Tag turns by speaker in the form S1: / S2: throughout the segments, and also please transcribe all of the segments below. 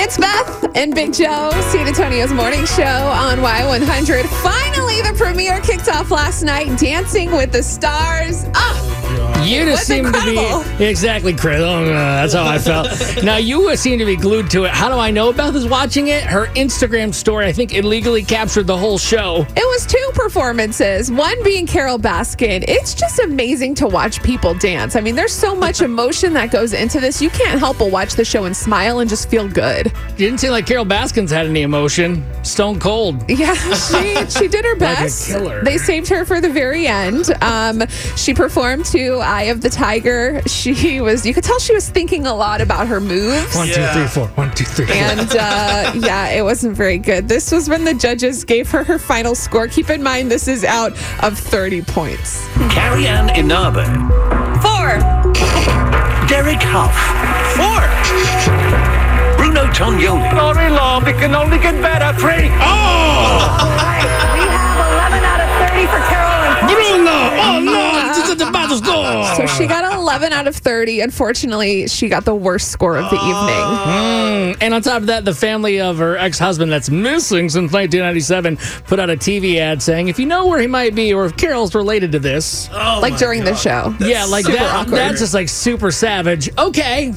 S1: It's Beth and Big Joe, San Antonio's morning show on Y100. Finally, the premiere kicked off last night, Dancing with the Stars. Oh,
S2: You just
S1: It
S2: seem
S1: was
S2: to
S1: incredible.
S2: be exactly Chris. Oh, no, that's how I felt. now you seem to be glued to it. How do I know Beth is watching it? Her Instagram story, I think, illegally captured the whole show.
S1: it was two performances, one being Carol Baskin. It's just amazing to watch people dance. I mean, there's so much emotion that goes into this. You can't help but watch the show and smile and just feel good.
S2: Didn't seem like Carol Baskins had any emotion. Stone cold.
S1: Yeah, she she did her best.
S2: killer.
S1: They saved her for the very end. Um, she performed to "Eye of the Tiger." She was you could tell she was thinking a lot about her moves.
S2: One, two,
S3: Yeah.
S2: three, four. One, two, three, four.
S1: And uh, yeah, it wasn't very good. This was when the judges gave her her final score. Keep in mind, this is out of 30 points.
S3: Carrie Ann Inabe.
S1: Four.
S3: Derek Huff. Four. Bruno Tognoli. Sorry, Love. It can only get better. Three. Oh!
S4: We have 11 out of 30 for Carol and
S2: Bruno! Oh no! This is the battle score.
S1: So she got 11 out of 30. Unfortunately, she got the worst score of the evening.
S2: Mm. And on top of that, the family of her ex husband that's missing since 1997 put out a TV ad saying, if you know where he might be or if Carol's related to this.
S1: like during the show.
S2: yeah, like
S1: super
S2: that,
S1: awkward.
S2: that's just like super savage. Okay.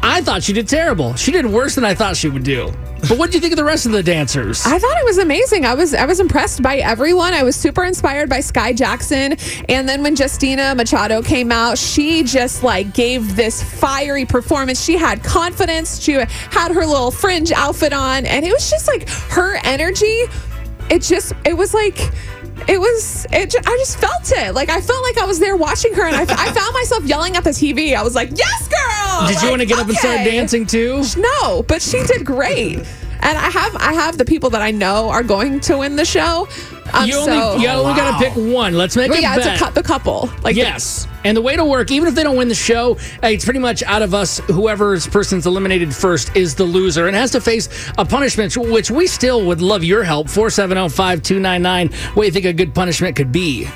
S2: I thought she did terrible. She did worse than I thought she would do. But what do you think of the rest of the dancers?
S1: I thought it was amazing. I was I was impressed by everyone. I was super inspired by Sky Jackson. And then when Justina Machado came out, she just like gave this fiery performance. She had confidence. She had her little fringe outfit on, and it was just like her energy. It just it was like. It was, it, ju- I just felt it. Like, I felt like I was there watching her, and I, I found myself yelling at the TV. I was like, Yes, girl!
S2: did you
S1: Like,
S2: want to get up and start
S1: okay.
S2: dancing too?
S1: No, but she did great. And I have I have the people that I know are going to win the show. Um,
S2: you
S1: so
S2: only, you only got to pick one. Let's make
S1: but
S2: a
S1: yeah,
S2: bet.
S1: it's a, cou- the couple. Like the-
S2: Yes. And the way to work, even if they don't win the show, uh, it's pretty much out of us. Whoever's person's eliminated first is the loser and has to face a punishment, which we still would love your help. 470 5299. What do you think a good punishment could be?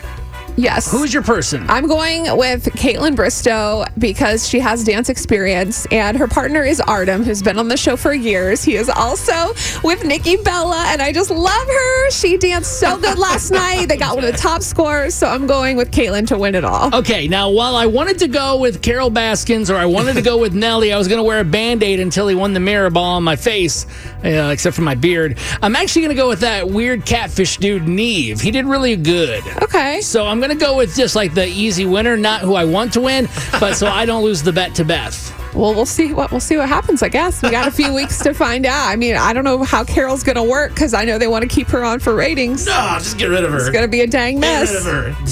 S1: yes.
S2: Who's your person?
S1: I'm going with Caitlin Bristow because she has dance experience, and her partner is Artem, who's been on the show for years. He is also with Nikki Bella, and I just love her. She danced so good last night. They got one of the top scores, so I'm going with Caitlin to win it all.
S2: Okay, now while I wanted to go with Carol Baskins or I wanted to go with Nelly, I was going to wear a band aid until he won the mirror ball on my face, uh, except for my beard. I'm actually going to go with that weird catfish dude, Neve. He did really good.
S1: Okay.
S2: So I'm gonna go with just like the easy winner, not who I want to win, but so I don't lose the bet to Beth.
S1: Well, we'll see what we'll see what happens. I guess we got a few weeks to find out. I mean, I don't know how Carol's gonna work because I know they want to keep her on for ratings.
S3: Ah, just get rid of her.
S1: It's gonna be a dang mess.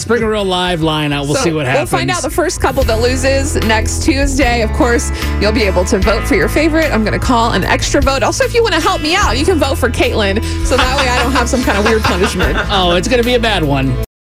S2: Spring a real live line out. We'll see what happens.
S1: We'll find out the first couple that loses next Tuesday. Of course, you'll be able to vote for your favorite. I'm gonna call an extra vote. Also, if you want to help me out, you can vote for Caitlin, so that way I don't have some kind of weird punishment.
S2: oh, it's gonna be a bad one.